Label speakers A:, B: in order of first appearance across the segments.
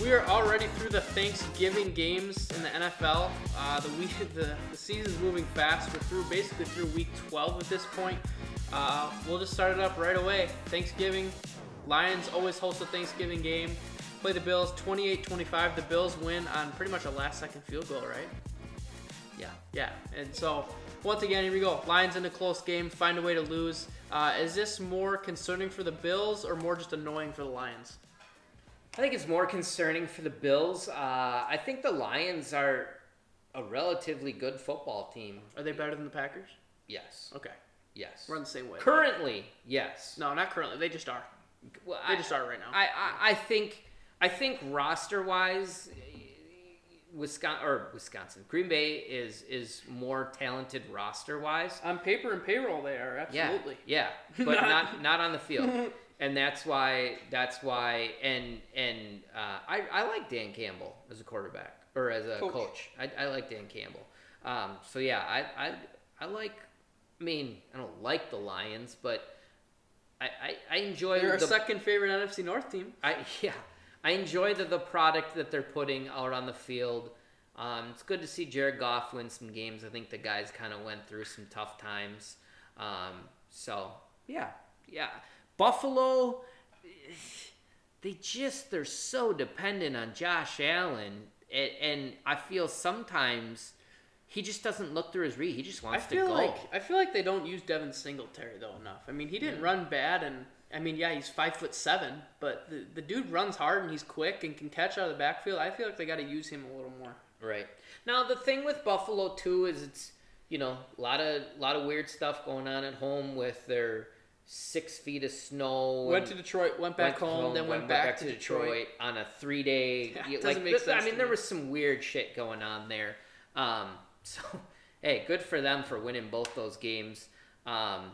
A: We are already through the Thanksgiving games in the NFL. Uh, the week, the, the season's moving fast. We're through basically through week 12 at this point. Uh, we'll just start it up right away. Thanksgiving. Lions always host a Thanksgiving game. Play the Bills 28-25. The Bills win on pretty much a last-second field goal, right? Yeah, yeah. And so, once again, here we go. Lions in a close game, find a way to lose. Uh, is this more concerning for the Bills or more just annoying for the Lions?
B: I think it's more concerning for the Bills. Uh, I think the Lions are a relatively good football team.
A: Are they better than the Packers?
B: Yes.
A: Okay,
B: Yes.
A: we're on the same way.
B: Currently, yes.
A: No, not currently. They just are.
B: Well,
A: They
B: I,
A: just are right now.
B: I, I, I think I think roster wise, Wisconsin or Wisconsin, Green Bay is is more talented roster wise.
A: on paper and payroll, they are
B: Yeah,
A: absolutely.
B: yeah, but
A: Not-
B: not not on the field, and that's why that's why and and uh, I I like Dan Campbell as a quarterback or as a
A: Coach.
B: coach. I, I like Dan Campbell. Um, so yeah, I I I like. I mean, I don't like the Lions, but I I, I enjoy
A: They're our
B: the
A: second favorite NFC North team.
B: I yeah, I enjoy the the product that they're putting out on the field. Um, it's good to see Jared Goff win some games. I think the guys kind of went through some tough times. Um, so yeah, yeah. Buffalo, they just they're so dependent on Josh Allen, and, and I feel sometimes he just doesn't look through his read. He just
A: I
B: wants to
A: feel
B: go.
A: like I feel like they don't use Devin Singletary though enough. I mean, he didn't run bad, and I mean, yeah, he's five foot seven, but the, the dude runs hard and he's quick and can catch out of the backfield. I feel like they got to use him a little more.
B: Right. Now the thing with Buffalo too is it's you know a lot of lot of weird stuff going on at home with their six feet of snow.
A: Went
B: and-
A: to Detroit, went back
B: to
A: home, then went, back, to Detroit.
B: on a three day.
A: Yeah,
B: Yeah,
A: it
B: like,
A: doesn't make
B: th-
A: sense
B: I
A: to
B: mean, there
A: me.
B: was some weird shit going on there. Um, so hey, good for them for winning both those games. Um,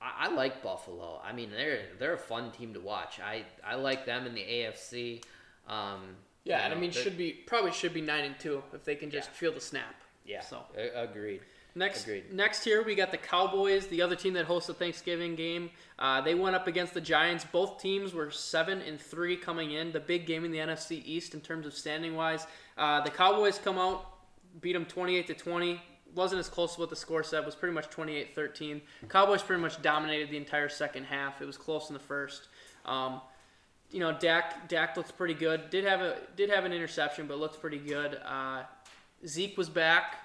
B: I, I like Buffalo. I mean, they're they're a fun team to watch. I I like them in the AFC. Um,
A: Yeah, and
B: you
A: I
B: know,
A: mean,
B: they're-
A: should be probably should be nine and two if they can just
B: Yeah.
A: feel the snap.
B: yeah.
A: So
B: a- agreed.
A: Next,
B: Agreed.
A: next here we got the Cowboys, the other team that hosts the Thanksgiving game. Uh, they went up against the Giants. Both teams were seven and three coming in. The big game in the NFC East in terms of standing wise. Uh, the Cowboys come out, beat them twenty eight to twenty. Wasn't as close to what the score said. Was pretty much 28-13. Cowboys pretty much dominated the entire second half. It was close in the first. Um, you know, Dak Dak looks pretty good. Did have a did have an interception, but looked pretty good. Uh, Zeke was back,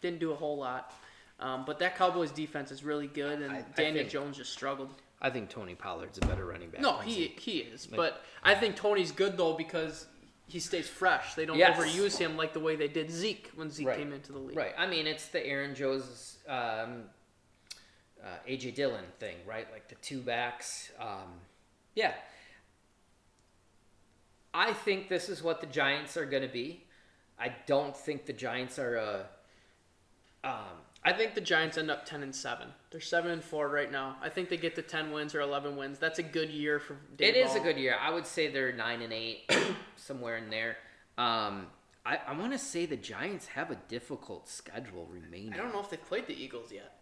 A: didn't do a whole lot, um, but that Cowboys defense is really good, and
B: I- I
A: Daniel
B: think-
A: Jones just struggled.
B: I think Tony Pollard's a better running back.
A: No,
B: than
A: he
B: Zeke.
A: he is, but I think Tony's good though because he stays fresh. They don't
B: Yes.
A: overuse him like the way they did Zeke when Zeke
B: Right.
A: came into the league.
B: Right. I mean, it's the Aaron Jones, um, uh, AJ Dillon thing, right? Like the two backs. Um, yeah. I think this is what the Giants are going to be. I don't think the Giants are a. Um,
A: I think the Giants end up ten and seven. They're seven and four right now. I think they get to ten wins or eleven wins. That's a good year for. Dave
B: it is a
A: Ball.
B: good year. I would say they're nine and eight, somewhere in there. Um, I, I want to say the Giants have a difficult schedule remaining.
A: I don't know if they've played the Eagles yet.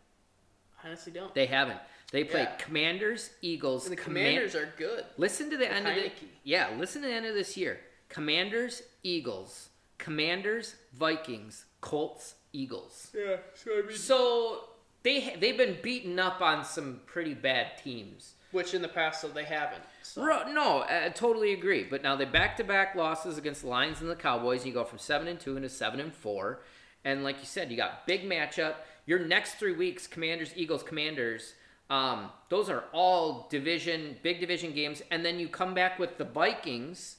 A: I honestly don't.
B: They haven't. They play
A: Yeah.
B: Commanders, Eagles,
A: and the
B: Command-
A: Commanders are good.
B: Listen to the end of the
A: Heineke.
B: yeah. Listen to the end of this year. Commanders, Eagles, Commanders, Vikings, Colts, Eagles.
A: Yeah, so I mean,
B: So they they've been beaten up on some pretty bad teams.
A: which in the past though they haven't. So.
B: Ro- No, I I totally agree. But now they back to back losses against the Lions and the Cowboys. And you go from seven and two into seven and four, and like you said, you got big matchup. Your next three weeks: Commanders, Eagles, Commanders. Um, those are all division, big division games, and then you come back with the Vikings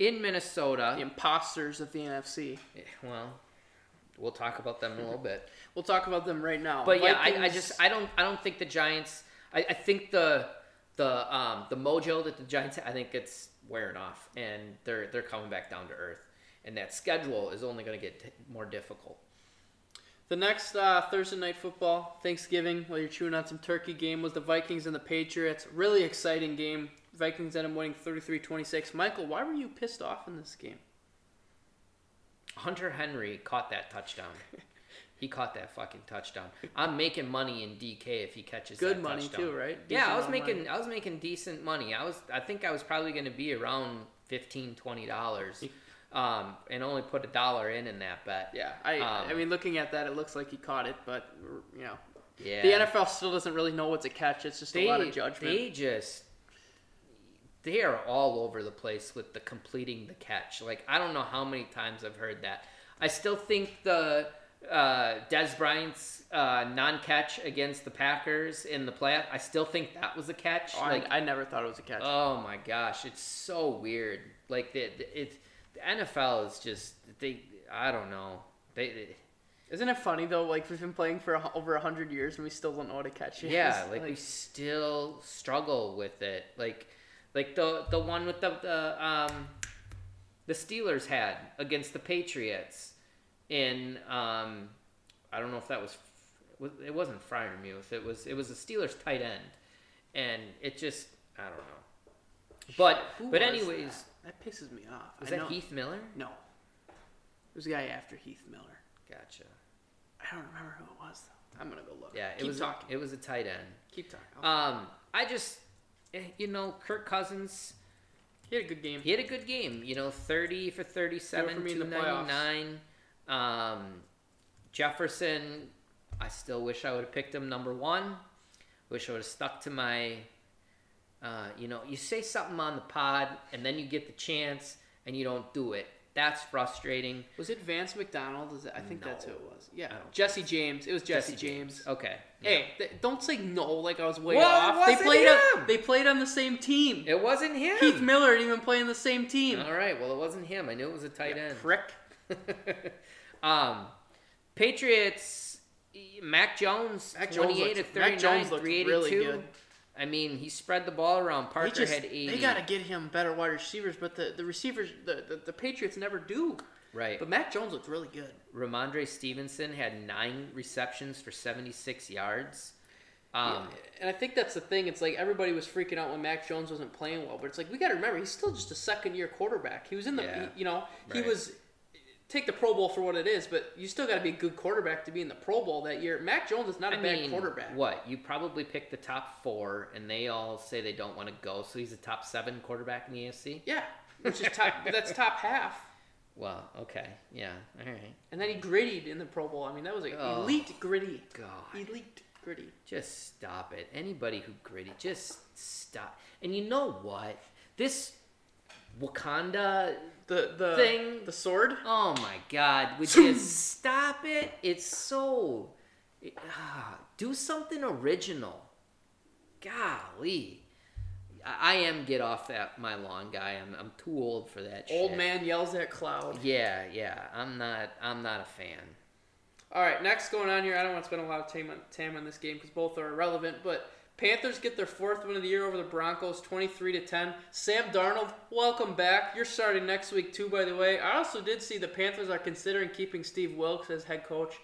B: in Minnesota. Eh,
A: The imposters of the NFC.
B: Well, we'll talk about them in a little bit.
A: We'll talk about them right now.
B: But yeah, I, I
A: Vikings-
B: just I don't I don't think the Giants. I, I think the the um the mojo that the Giants I think it's wearing off, and they're they're coming back down to earth, and that schedule is only going to get t- more difficult.
A: The next uh, Thursday night football, Thanksgiving, while you're chewing on some turkey game, was the Vikings and the Patriots. Really exciting game. Vikings ended up winning 33 26. Michael, why were you pissed off in this game?
B: Hunter Henry caught that touchdown. he caught that fucking touchdown. I'm making money in DK if he catches
A: Good
B: that
A: money,
B: touchdown.
A: too, right?
B: yeah,
A: Decent
B: I was
A: amount of
B: making I was making decent money. I was I think I was probably going to be around 15 20 dollars um, and only put a dollar in in that bet
A: Yeah, I
B: Um,
A: I mean, looking at that, it looks like he caught it, but you know,
B: yeah
A: the NFL still doesn't really know what's a catch. It's just a lot of judgment.
B: They just they are all over the place with the completing the catch. Like I don't know how many times I've heard that. I still think the uh, Des Bryant's uh, non-catch against the Packers in the playoff. I still think that was a catch.
A: Oh,
B: like
A: I, I never thought it was a catch.
B: oh my gosh, it's so weird. Like the, the it the NFL is just they. I don't know. They, they
A: Isn't it funny though? Like we've been playing for a hu- over hundred years and we still don't know what a catch is.
B: Yeah, like, we still struggle with it. Like like the the one with the, the um the Steelers had against the Patriots in um I don't know if that was was- it wasn't Fryermuth. It was it was a Steelers tight end. And it just I don't know. But
A: Who
B: but
A: was
B: anyways,
A: that? That pisses me off.
B: was
A: I
B: that
A: know-
B: Heath Miller?
A: No, it was a guy after Heath Miller.
B: Gotcha.
A: I don't remember who it was though. I'm gonna go look.
B: Yeah, it
A: keep
B: was
A: talking.
B: it was a tight end.
A: keep talking. I'll-
B: Um I just eh, you know, Kirk Cousins
A: he had a good game.
B: He had a good game, you know, 30 for 37,
A: Do it for me in the
B: 299. Um, Jefferson, I still wish I would have picked him number one. Wish I would have stuck to my, uh, you know, you say something on the pod and then you get the chance and you don't do it. That's frustrating.
A: Was it Vance McDonald? Is it, I think that's who it was. Yeah,
B: I don't
A: Jesse James. It was Jesse, James.
B: Okay.
A: Hey, th- don't say no like I was way
B: Well, it
A: off. They
B: wasn't
A: played on,
B: him.
A: they played on the same team.
B: It wasn't him.
A: Keith Miller didn't even play on the same team.
B: All right. Well, it wasn't him. I knew it was a tight end.
A: Prick.
B: um, Patriots. e, Mac Jones,
A: Mac Jones
B: twenty-eight
A: looked-
B: of
A: Mac
B: thirty-nine,
A: Jones looked
B: three
A: really
B: eighty-two.
A: good.
B: I mean, he spread the ball around. Parker
A: they just,
B: had eighty.
A: They gotta get him better wide receivers, but the, the receivers the, the, the Patriots never do.
B: right.
A: But Mac Jones looked really good.
B: Ramondre Stevenson had nine receptions for seventy-six yards. Um,
A: and I think that's the thing. It's like everybody was freaking out when Mac Jones wasn't playing well, but it's like we got to remember he's still just a second year quarterback. He was in the
B: Yeah.
A: he- you know he
B: Right.
A: was take the Pro Bowl for what it is, but you still got to be a good quarterback to be in the Pro Bowl that year. Mac Jones is not a
B: I
A: bad
B: mean,
A: quarterback.
B: What you probably picked the top four, and they all say they don't want to go. So he's a top seven quarterback in the AFC.
A: Yeah, which is top. that's top half.
B: Well, okay, yeah, all right.
A: And then he grittied in the Pro Bowl. I mean, that was like
B: Oh.
A: elite gritty.
B: God.
A: Elite gritty.
B: Just stop it. Anybody who gritty, just stop. And you know what? This Wakanda,
A: The the
B: Thing.
A: the sword.
B: oh my god, would you stop it? It's so. it- ah, do something original. Golly. I, I am get off that my lawn guy. I'm, I'm too old for that
A: Old
B: Oh, shit.
A: man yells at cloud.
B: Yeah, yeah. I'm not I'm not a fan.
A: All right, next going on here. I don't want to spend a lot of time on, time on this game because both are irrelevant. But Panthers get their fourth win of the year over the Broncos, twenty-three to ten. Sam Darnold, welcome back. You're starting next week too, by the way. I also did see the Panthers are considering keeping Steve Wilkes as head coach.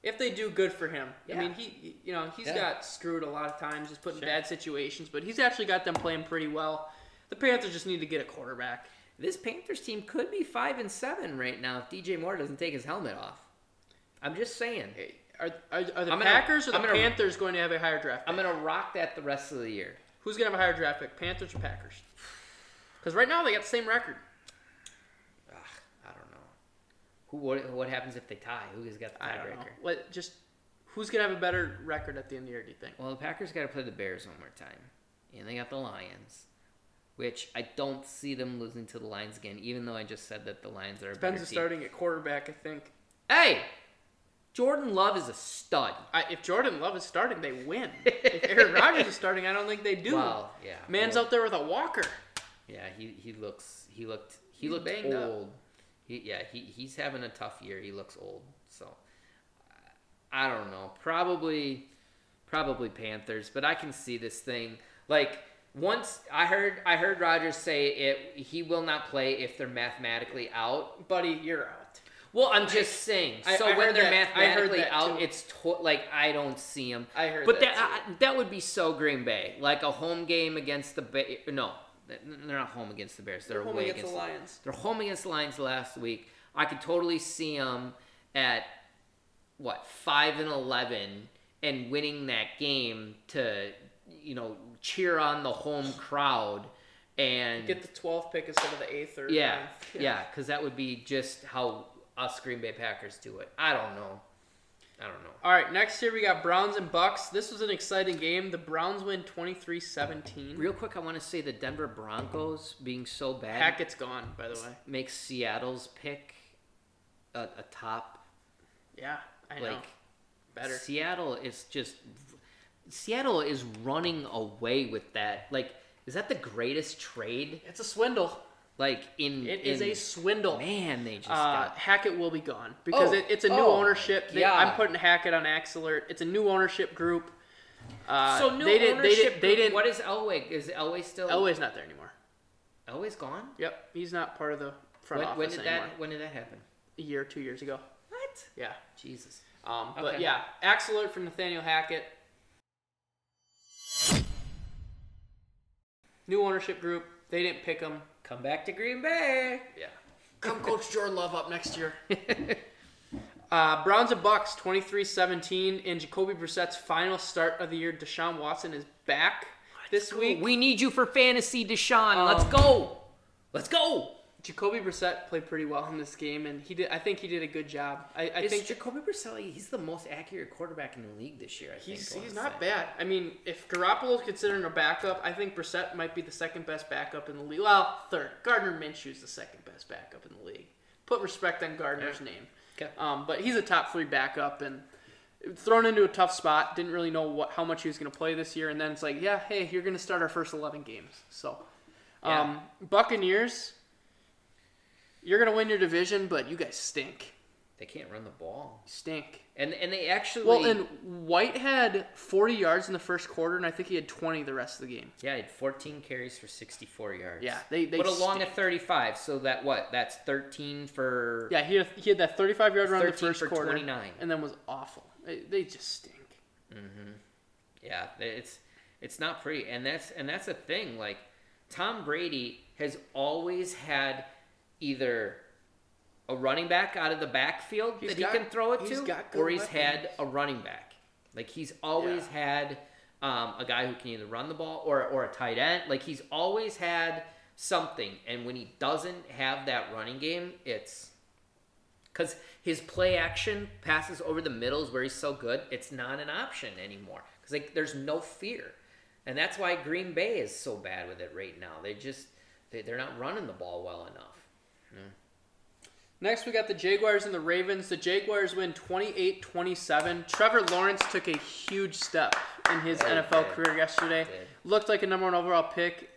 A: If they do, good for him. I
B: Yeah.
A: mean, he, you know, he's
B: Yeah.
A: got screwed a lot of times, just put in
B: Sure.
A: bad situations. But he's actually got them playing pretty well. The Panthers just need to get a quarterback.
B: This Panthers team could be five and seven right now if DJ Moore doesn't take his helmet off. I'm just saying.
A: Are, are, are the
B: I'm gonna-
A: Packers or the
B: I'm gonna-
A: Panthers going to have a higher draft? pick?
B: I'm gonna rock that the rest of the year.
A: Who's gonna have a higher draft pick, Panthers or Packers? Because right now they got the same record.
B: Ugh, I don't know. Who what, what happens if they tie? Who has got the
A: I don't know.
B: tiebreaker?
A: What just who's gonna have a better record at the end of the year? Do you think?
B: Well, the Packers got to play the Bears one more time, and they got the Lions, which I don't see them losing to the Lions again. Even though I just said that the Lions are a better
A: Ben's
B: team.
A: is starting at quarterback. I think.
B: Hey, Jordan Love is a stud.
A: I, if Jordan Love is starting, they win. if Aaron Rodgers is starting, I don't think they do.
B: Well, yeah.
A: Man's
B: well,
A: out there with a walker.
B: Yeah, he, he looks he looked he
A: He's
B: looked
A: banged up.
B: old. He, yeah, he, he's having a tough year. He looks old. So I don't know. Probably probably Panthers, but I can see this thing like once I heard I heard Rogers say it he will not play if they're mathematically out.
A: Buddy, you're out.
B: Well, I'm just saying.
A: I-
B: so
A: I
B: when
A: heard
B: they're
A: that- I heard
B: mathematically
A: that
B: out,
A: too.
B: it's to- like I don't see him.
A: I heard
B: But
A: that
B: that I, that would be so Green Bay, like a home game against the ba- no, they're not home against the Bears. They're,
A: They're home
B: away
A: against the Lions.
B: They're home against the Lions last week. I could totally see them at what five and eleven and winning that game to you know cheer on the home crowd and
A: Get the 12th pick instead of the 8th or
B: yeah,
A: ninth.
B: yeah, because that would be just how us Green Bay Packers do it. I don't know. I don't know.
A: All right, next here we got Browns and Bucks. This was an exciting game. The Browns win 23-17.
B: Real quick, I want to say the Denver Broncos being so bad
A: Hackett's gone, by the way.
B: makes Seattle's pick a, a top.
A: Yeah, I know.
B: like
A: Better.
B: Seattle is just Seattle is running away with that. Like, is that the greatest trade?
A: It's a swindle.
B: Like in
A: It is
B: in-
A: a swindle.
B: man. They just
A: Uh,
B: got
A: Hackett will be gone because
B: Oh,
A: it, it's a new
B: oh my
A: ownership. They, I'm
B: God.
A: putting Hackett on Axler. It's a new ownership group. Uh,
B: so new
A: they didn't,
B: ownership.
A: They, didn't, they
B: group.
A: didn't.
B: What is Elway? Is Elway still
A: Elway's not there anymore.
B: Elway's gone?
A: Yep, he's not part of the front
B: When,
A: office
B: when did
A: anymore.
B: that? When did that happen?
A: A year, two years ago.
B: What?
A: Yeah.
B: Jesus.
A: Um, But
B: Okay.
A: yeah, Axler from Nathaniel Hackett. New ownership group. They didn't pick him.
B: Come back to Green Bay.
A: Yeah. Come coach Jordan Love up next year. Uh, Browns and Bucks 23-17 in Jacoby Brissett's final start of the year. Deshaun Watson is back this week.
B: we need you for fantasy, Deshaun. Let's
A: Um,
B: go. Let's go.
A: Jacoby Brissett played pretty well in this game, and he did. I think he did a good job. I, I
B: I think
A: think
B: Jacoby Brissett. He's the most accurate quarterback in the league this year. I
A: he's
B: think, I
A: he's
B: wanna
A: not
B: say.
A: bad. I mean, if Garoppolo's considering a backup, I think Brissett might be the second best backup in the league. Well, third. Gardner Minshew's the second best backup in the league. Put respect on Gardner's name.
B: Okay.
A: Um, but he's a top three backup and thrown into a tough spot. Didn't really know what how much he was going to play this year, and then it's like, yeah, hey, you're going to start our first eleven games. So, um, Buccaneers, you're going to win your division, but you guys stink.
B: They can't run the ball.
A: You stink.
B: And and they actually.
A: Well, and White had 40 yards in the first quarter, and I think he had 20 the rest of the game.
B: yeah, he had 14 carries for 64 yards.
A: Yeah, they- they
B: but along
A: stink.
B: at 35. So that what? That's 13 for.
A: Yeah, he had, he had that 35 yard run in the
B: 13
A: first
B: for
A: quarter,
B: 29.
A: and then was awful. They, they just stink.
B: Yeah, it's it's not pretty, and that's and that's a thing. Like Tom Brady has always had either a running back out of the backfield
A: He's
B: that
A: got-
B: he can throw it
A: he's
B: to,
A: got good
B: or he's
A: weapons.
B: had a running back. Like he's always had um, a guy who can either run the ball or or a tight end. Like he's always had something, and when he doesn't have that running game, it's because his play action passes over the middle is where he's so good. It's not an option anymore because like there's no fear, and that's why Green Bay is so bad with it right now. They just they, they're not running the ball well enough.
A: Next, we got the Jaguars and the Ravens. The Jaguars win 28 27. Trevor Lawrence took a huge step in his
B: Yeah, he
A: NFL
B: did.
A: career yesterday.
B: He did.
A: Looked like a number one overall pick.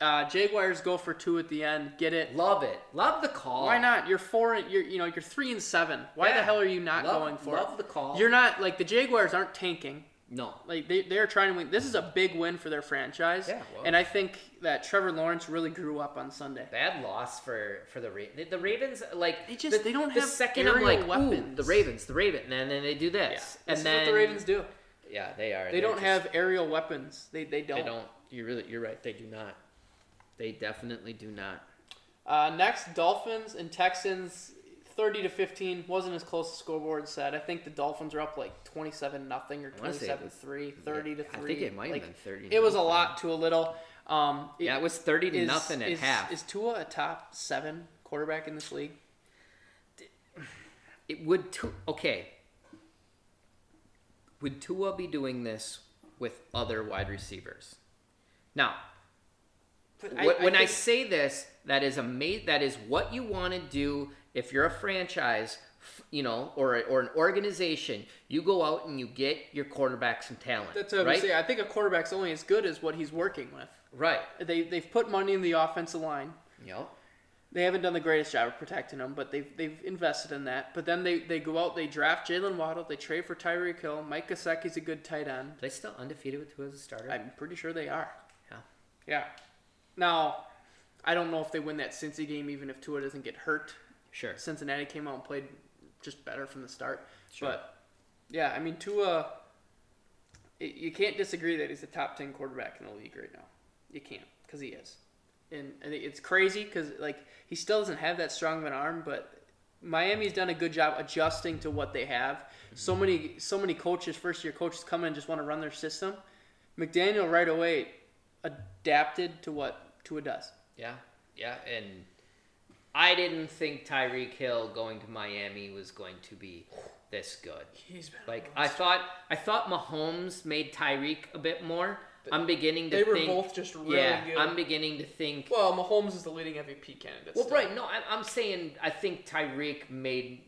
A: Uh, Jaguars go for two at the end. Get it.
B: Love it, love the call.
A: Why not? You're four. And, you're you know you're three and seven. Why the
B: Yeah.
A: hell are you not
B: Love-
A: going for it?
B: love the call.
A: You're not like the Jaguars aren't tanking.
B: No,
A: Like they they're trying to win. This is a big win for their franchise.
B: Yeah, it was.
A: and I think that Trevor Lawrence really grew up on Sunday.
B: bad loss for for the Ravens. The Ravens like
A: They just-
B: the,
A: they don't
B: the
A: have
B: second
A: aerial
B: I'm like ooh,
A: weapons.
B: the Ravens, the Raven, and then they do
A: Yeah,
B: this,
A: this
B: and
A: is
B: then
A: what the Ravens do.
B: Yeah, they are.
A: They
B: They're
A: don't
B: just-
A: have aerial weapons. They they don't.
B: They don't. You really. You're right. They do not. They definitely do not.
A: Uh, next, Dolphins and Texans. 30 to 15 wasn't as close as scoreboard said. I think the Dolphins were up like 27 nothing or
B: I wanna say it
A: 27 3, 30 to 3.
B: I think it might have
A: Like,
B: been 30
A: It was a
B: nothing.
A: lot to a little. Um, it-
B: Yeah, it was thirty to
A: Is-
B: nothing at
A: is,
B: half.
A: Is Tua a top seven quarterback in this league?
B: it would tu- okay. Would Tua be doing this with other wide receivers? Now, wh- when I,
A: think-
B: say this, that is ama- That is what you want to do if you're a franchise, f- you know, or a- or an organization. You go out and you get your quarterback some talent.
A: that's what I
B: right?
A: was saying. I think a quarterback's only as good as what he's working with.
B: Right.
A: They they've put money in the offensive line.
B: Yep.
A: They haven't done the greatest job of protecting him, but they've they've invested in that. But then they, they go out, they draft Jalen Waddle, they trade for Tyreek Hill. Mike Gesicki's a good tight end.
B: Are they still undefeated with Tua as a starter?
A: I'm pretty sure they are.
B: yeah.
A: Yeah. Now, I don't know if they win that Cincy game, even if Tua doesn't get hurt.
B: Sure.
A: Cincinnati came out and played just better from the start.
B: Sure.
A: But yeah, I mean Tua, y- you can't disagree that he's the top ten quarterback in the league right now. You can't because he is, and I think it's crazy because like he still doesn't have that strong of an arm, but. Miami's done a good job adjusting to what they have. So many, so many coaches, first year coaches, come in and just want to run their system. McDaniel right away adapted to what to a dozen.
B: Yeah, yeah, and I didn't think Tyreek Hill going to Miami was going to be this good.
A: He's been
B: Like I thought, I thought Mahomes made Tyreek a bit more. I'm beginning to
A: they were
B: think.
A: both just really
B: yeah,
A: good.
B: I'm beginning to think.
A: well, Mahomes is the leading MVP candidate.
B: Well,
A: still.
B: right. No, I, I'm saying I think Tyreek made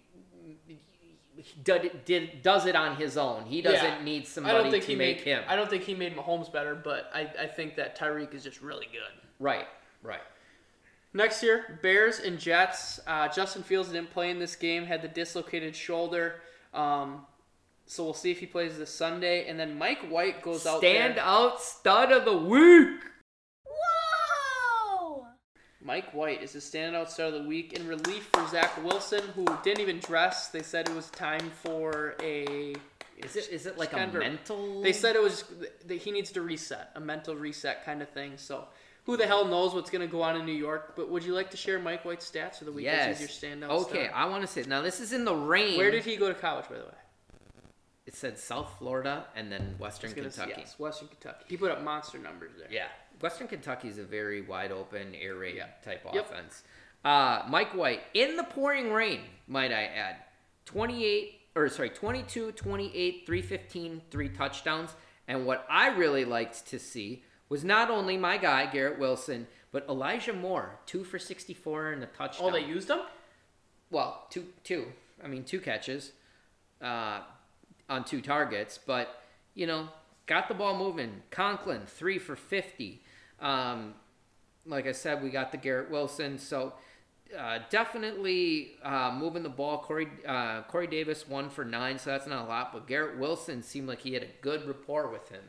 B: did, did does it on his own. He
A: Yeah.
B: doesn't need
A: I
B: somebody
A: don't think
B: to
A: he
B: make
A: made,
B: him.
A: I don't think he made Mahomes better, but I, I think that Tyreek is just really good.
B: Right. Right.
A: Next year, Bears and Jets. Uh, Justin Fields didn't play in this game, had the dislocated shoulder. Um, so we'll see if he plays this Sunday. And then Mike White goes out there.
B: Stand out stud of the week.
C: Whoa!
A: Mike White is the standout star of the week in relief for Zach Wilson, who didn't even dress. They said it was time for a.
B: Is it is it like a
A: kind of
B: mental?
A: They said it was that he needs to reset, a mental reset kind of thing. So, who the hell knows what's going to go on in New York? But would you like to share Mike White's stats of the week? as
B: yes.
A: he's your standout.
B: okay,
A: star?
B: I want to say now this is in the rain.
A: Where did he go to college, by the way?
B: it said South Florida and then Western
A: was gonna say,
B: Kentucky?
A: yes, Western Kentucky. He put up monster numbers there.
B: Yeah. Western Kentucky is a very wide open air raid
A: Yeah.
B: type
A: Yep.
B: offense. Uh, Mike White in the pouring rain, might I add. 28 or sorry, 22, 28, 315, three touchdowns. And what I really liked to see was not only my guy Garrett Wilson, but Elijah Moore, 2 for 64 and a touchdown.
A: Oh, they used him?
B: well, two, two. I mean, two catches uh, on two targets, but you know, got the ball moving. Conklin three for fifty. Um, like I said, we got the Garrett Wilson, so uh, definitely uh, moving the ball. Corey uh, Corey Davis one for nine, so that's not a lot, but Garrett Wilson seemed like he had a good rapport with him.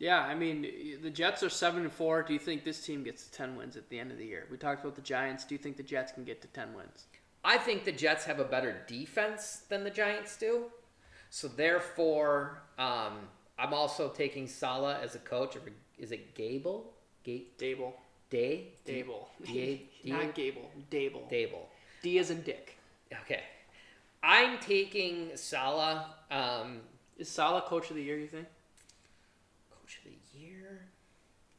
A: Yeah, I mean, the Jets are 7 and 4. Do you think this team gets to 10 wins at the end of the year? We talked about the Giants. Do you think the Jets can get to 10 wins?
B: I think the Jets have a better defense than the Giants do. So therefore, um, I'm also taking Sala as a coach. Or is it Gable? Ga-
A: Dable.
B: Day?
A: Dable.
B: Da-
A: Not Gable. Dable.
B: Dable.
A: D as in Dick.
B: Okay. I'm taking Sala um,
A: Is Salah coach of the year, you think?
B: coach of the year.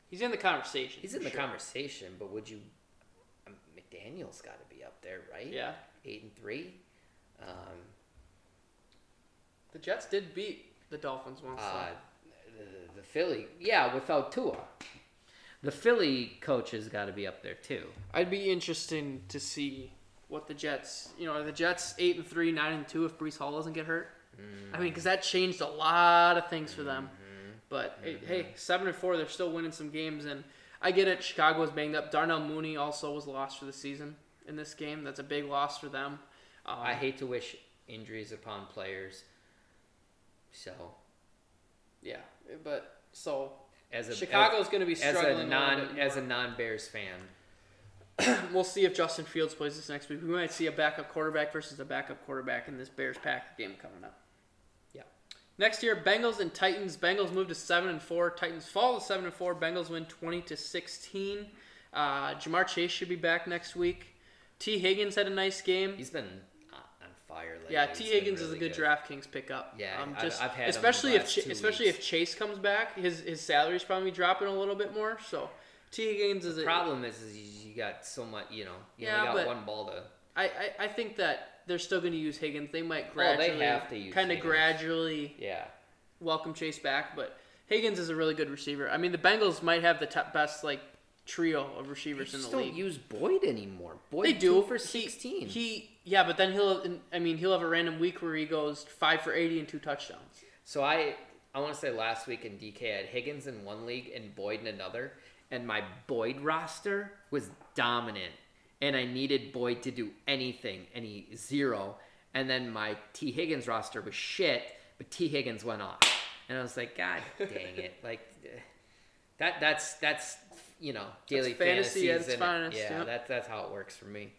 A: He's in the conversation.
B: He's
A: for
B: in the
A: sure.
B: conversation, but would you? Um, McDaniel's got to be up there, right?
A: Yeah.
B: Eight and three. Um,
A: The Jets did beat the Dolphins once. so-
B: Uh, the, the Philly, yeah, without Tua, the Philly coach has got to be up there too.
A: I'd be interested to see what the Jets, you know, are the Jets eight and three, nine and two if Brees Hall doesn't get hurt. I mean, because that changed a lot of things for them.
B: Mm-hmm.
A: But hey- hey, seven and four, they're still winning some games, and I get it. Chicago was banged up. Darnell Mooney also was lost for the season in this game. That's a big loss for them. Um,
B: I hate to wish injuries upon players. So,
A: yeah, but so
B: as a
A: Chicago's going to be
B: as, as
A: struggling.
B: a
A: a little
B: non
A: bit
B: as a non Bears fan,
A: we'll see if Justin Fields plays this next week. We might see a backup quarterback versus a backup quarterback in this Bears Packers game coming up.
B: Yeah.
A: Next year, Bengals and Titans. Bengals move to seven and four. Titans fall to seven and four. Bengals win twenty to sixteen. Uh, Jamar Chase should be back next week. T. Higgins had a nice game.
B: he's been on on fire lately.
A: Yeah,
B: He's
A: T.
B: been
A: Higgins is a
B: really
A: good, DraftKings pickup.
B: Yeah,
A: um,
B: I've-
A: just,
B: I've had him the
A: especially if
B: last
A: Ch-
B: two
A: especially if Chase comes back, his his salary's probably dropping a little bit more. So T. Higgins is a,
B: Problem is, is you you got so much. You know, you
A: Yeah,
B: only got
A: but-
B: one ball to.
A: I, I, I think that they're still going to use Higgins. They might
B: Oh, they
A: gradually,
B: have to use
A: kind of
B: Higgins.
A: gradually
B: Yeah,
A: welcome Chase back. But Higgins is a really good receiver. I mean, the Bengals might have the top, best like trio of
B: they
A: receivers in
B: just
A: the
B: don't
A: league.
B: use Boyd anymore. Boyd
A: They do
B: two for
A: He-
B: sixteen.
A: He, yeah, but then he'll I mean he'll have a random week where he goes five for eighty and two touchdowns.
B: So I I want to say last week in DK I had Higgins in one league and Boyd in another, and my Boyd roster was dominant, and I needed Boyd to do anything, and he zero, and then my T Higgins roster was shit, but T Higgins went off, and I was like, God dang it, like eh, that that's that's you know daily
A: fantasy at its
B: fantasies in it.
A: finest,
B: yeah,
A: yep.
B: that's that's how it works for me.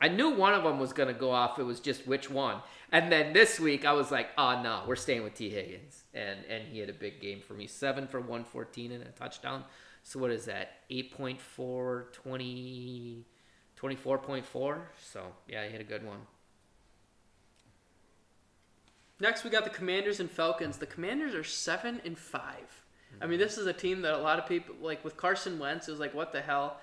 B: I knew one of them was going to go off. It was just which one. And then this week, I was like, oh, no, we're staying with T. Higgins. And, and he had a big game for me. Seven for 114 and a touchdown. So what is that? 8.4, 20, 24.4. So, yeah, he had a good one.
A: Next, we got the Commanders and Falcons. The Commanders are seven and five. I mean, this is a team that a lot of people like with Carson Wentz. It was like, what the hell?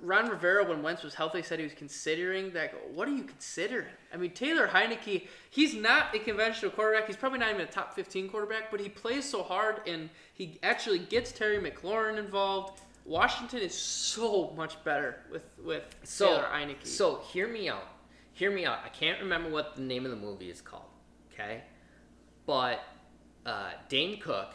A: Ron Rivera, when Wentz was healthy, said he was considering that. What are you considering? I mean, Taylor Heineke, he's not a conventional quarterback. He's probably not even a top 15 quarterback, but he plays so hard and he actually gets Terry McLaurin involved. Washington is so much better with, with
B: So,
A: Taylor Heineke.
B: so hear me out. Hear me out. I can't remember what the name of the movie is called. Okay, but uh, Dane Cook.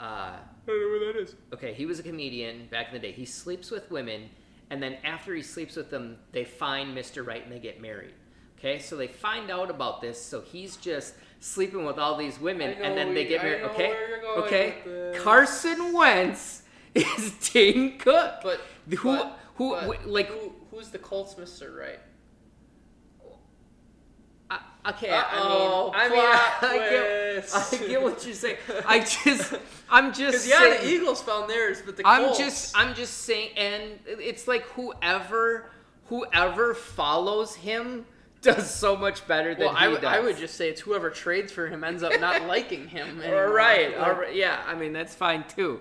B: Uh,
A: I don't know where that is.
B: okay, he was a comedian back in the day. He sleeps with women, and then after he sleeps with them, they find Mr. Right and they get married. Okay, so they find out about this, so he's just sleeping with all these women,
A: I know
B: and then they
A: we-
B: get
A: I
B: married.
A: know
B: okay,
A: where you're going
B: okay.
A: with this.
B: Carson Wentz is Dane Cook,
A: But
B: who,
A: but-
B: who,
A: but
B: wh- like,
A: who, who's the Colts, Mister Right?
B: I, okay,
A: Uh-oh,
B: I mean,
A: plot
B: I mean, I
A: twist.
B: get, I get what you're saying. I just, I'm just
A: Because yeah,
B: saying.
A: the Eagles found theirs, but the
B: I'm
A: Colts.
B: just I'm just saying and it's like whoever whoever follows him does so much better than
A: well, I
B: he
A: would- I
B: does.
A: would just say it's whoever trades for him ends up not liking him.
B: all
A: anymore.
B: right,
A: Like,
B: all right. Yeah, I mean that's fine too.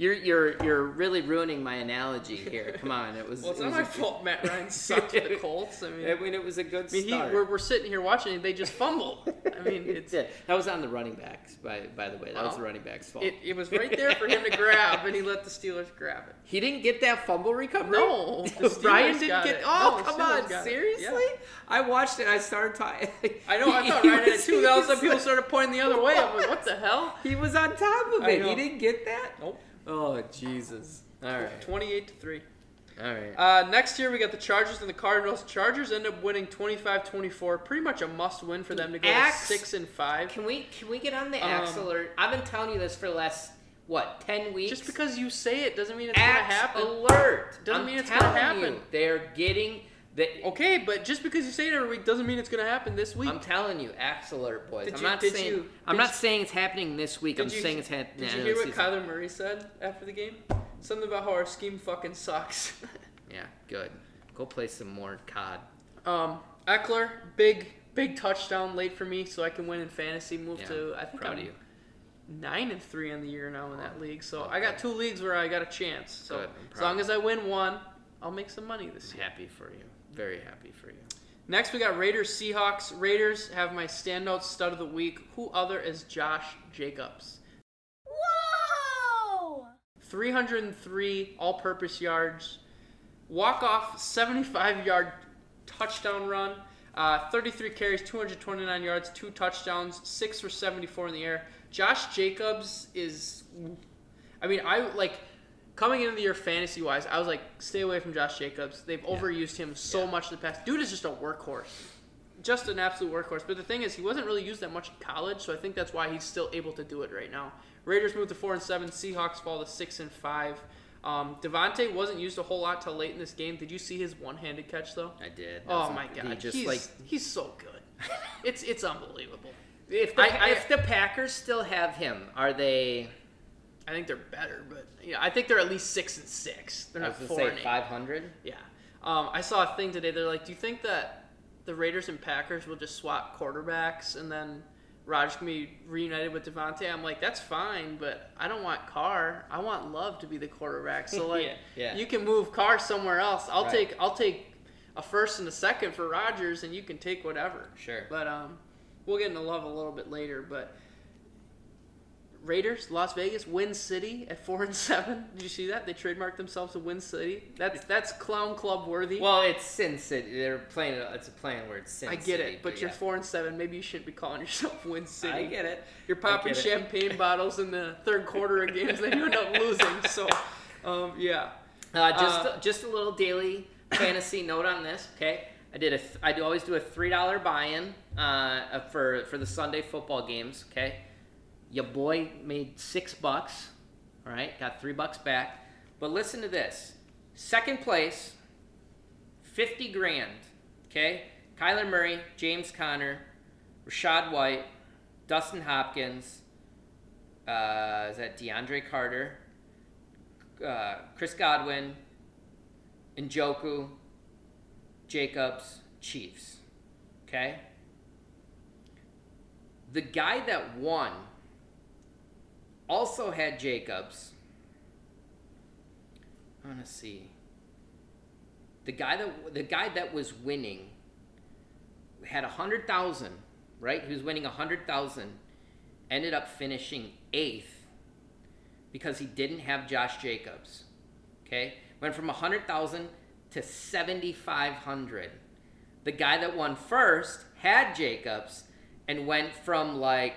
B: You're you're you're really ruining my analogy here. Come on, it was
A: Well, it's
B: it
A: not
B: was
A: my
B: a-
A: fault Matt Ryan sucked with the Colts. I mean,
B: I mean it was a good
A: I mean, he,
B: start.
A: we're, we're sitting here watching it. They just fumbled. I mean, it's
B: Yeah, that was on the running backs by by the way. That was
A: Well,
B: the running backs fault.
A: it, it was right there for him to grab, and he let the Steelers grab it.
B: He didn't get that fumble recovery.
A: No, the Steelers
B: Ryan didn't
A: got
B: get.
A: it.
B: Oh,
A: No, the
B: come
A: Steelers
B: on,
A: got it.
B: seriously? I watched it. I started talking.
A: I know. I thought
B: He
A: Ryan had it
B: was-
A: too. Then all of a sudden,
B: he
A: people
B: was-
A: started pointing the other way. I'm like, what the hell?
B: He was on top of
A: I
B: it.
A: know.
B: He didn't get that.
A: Nope.
B: Oh Jesus! All right.
A: Twenty-eight to three.
B: All right.
A: Uh, next year we got the Chargers and the Cardinals. Chargers end up winning 25-24. Pretty much a must-win for them to go to
B: Axe.
A: six and five.
B: Can we can we get on the
A: Um,
B: axe alert? I've been telling you this for the last what ten weeks.
A: Just because you say it doesn't mean it's gonna
B: axe
A: happen.
B: alert
A: Doesn't
B: I'm
A: mean it's gonna
B: telling you,
A: happen.
B: they're getting the.
A: Okay, but just because you say it every week doesn't mean it's gonna happen this week.
B: I'm telling you, axe alert, boys.
A: Did
B: I'm
A: you-
B: not
A: did
B: saying
A: you-
B: I'm
A: did
B: not saying it's happening this week.
A: Did
B: I'm
A: you-
B: saying it's happening.
A: Did you hear what Kyler Murray said after the game? Something about how our scheme fucking sucks.
B: Yeah, good. Go play some more COD.
A: um, Eckler, big big touchdown late for me, so I can win in fantasy. Move
B: Yeah,
A: to I think
B: proud
A: I'm
B: of you.
A: nine and three on the year now in that
B: Oh,
A: league. So
B: okay.
A: I got two leagues where I got a chance. So
B: Good, I'm
A: as
B: proud.
A: long as I win one, I'll make some money this
B: I'm
A: year.
B: happy for you. Very happy for you.
A: Next, we got Raiders Seahawks. Raiders have my standout stud of the week. Who other is Josh Jacobs?
C: Whoa!
A: 303 all-purpose yards, walk-off 75-yard touchdown run, uh, 33 carries, 229 yards, two touchdowns, six for 74 in the air. Josh Jacobs is, I mean, I like coming into the year fantasy-wise, I was like, stay away from Josh Jacobs. They've overused him so much in the past. Dude is just a workhorse. Just an absolute workhorse. But the thing is, he wasn't really used that much in college, so I think that's why he's still able to do it right now. Raiders move to four and seven. Seahawks fall to six and five. Um, Devontae wasn't used a whole lot till late in this game. Did you see his one-handed catch though?
B: I did.
A: Oh
B: That's-
A: my
B: he
A: god,
B: Just
A: he's
B: like
A: he's so good. it's it's unbelievable.
B: if the,
A: the Pa-
B: if the Packers still have him, are they?
A: I think they're better, but you know, I think they're at least six and six. They're
B: I
A: not
B: was
A: four
B: gonna
A: and
B: say
A: eight.
B: five hundred.
A: Yeah. Um, I saw a thing today. They're like, do you think that the Raiders and Packers will just swap quarterbacks and then Rodgers can be reunited with Devontae? I'm like, that's fine, but I don't want Carr. I want Love to be the quarterback. So like,
B: Yeah, yeah.
A: you can move Carr somewhere else. I'll
B: Right.
A: take I'll take a first and a second for Rodgers, and you can take whatever.
B: Sure.
A: But um, we'll get into Love a little bit later, but. Raiders, Las Vegas, Win City at four and seven. Did you see that? They trademarked themselves to Win City. That's that's clown club worthy.
B: Well, it's Sin City. They're playing. it- It's a playing word. Sin
A: I get
B: City,
A: it, but, you're
B: yeah.
A: four and seven. Maybe you shouldn't be calling yourself Win City.
B: I get it.
A: You're
B: I
A: popping
B: get it.
A: champagne bottles in the third quarter of games, then you end up losing. So, um, yeah.
B: Uh, just
A: Uh,
B: just a little daily fantasy note on this, okay? I did a th- I do always do a three dollar buy-in uh, uh, for for the Sunday football games, okay? Your boy made six bucks, all right? Got three bucks back, but listen to this: second place, fifty grand, okay? Kyler Murray, James Conner, Rashad White, Dustin Hopkins, uh, is that DeAndre Carter? uh, Chris Godwin, Njoku, Jacobs, Chiefs. Okay? The guy that won also had Jacobs. I want to see. The guy that the guy that was winning had a hundred thousand, right? He was winning a hundred thousand, ended up finishing eighth because he didn't have Josh Jacobs. Okay, went from a hundred thousand to seventy five hundred. The guy that won first had Jacobs and went from like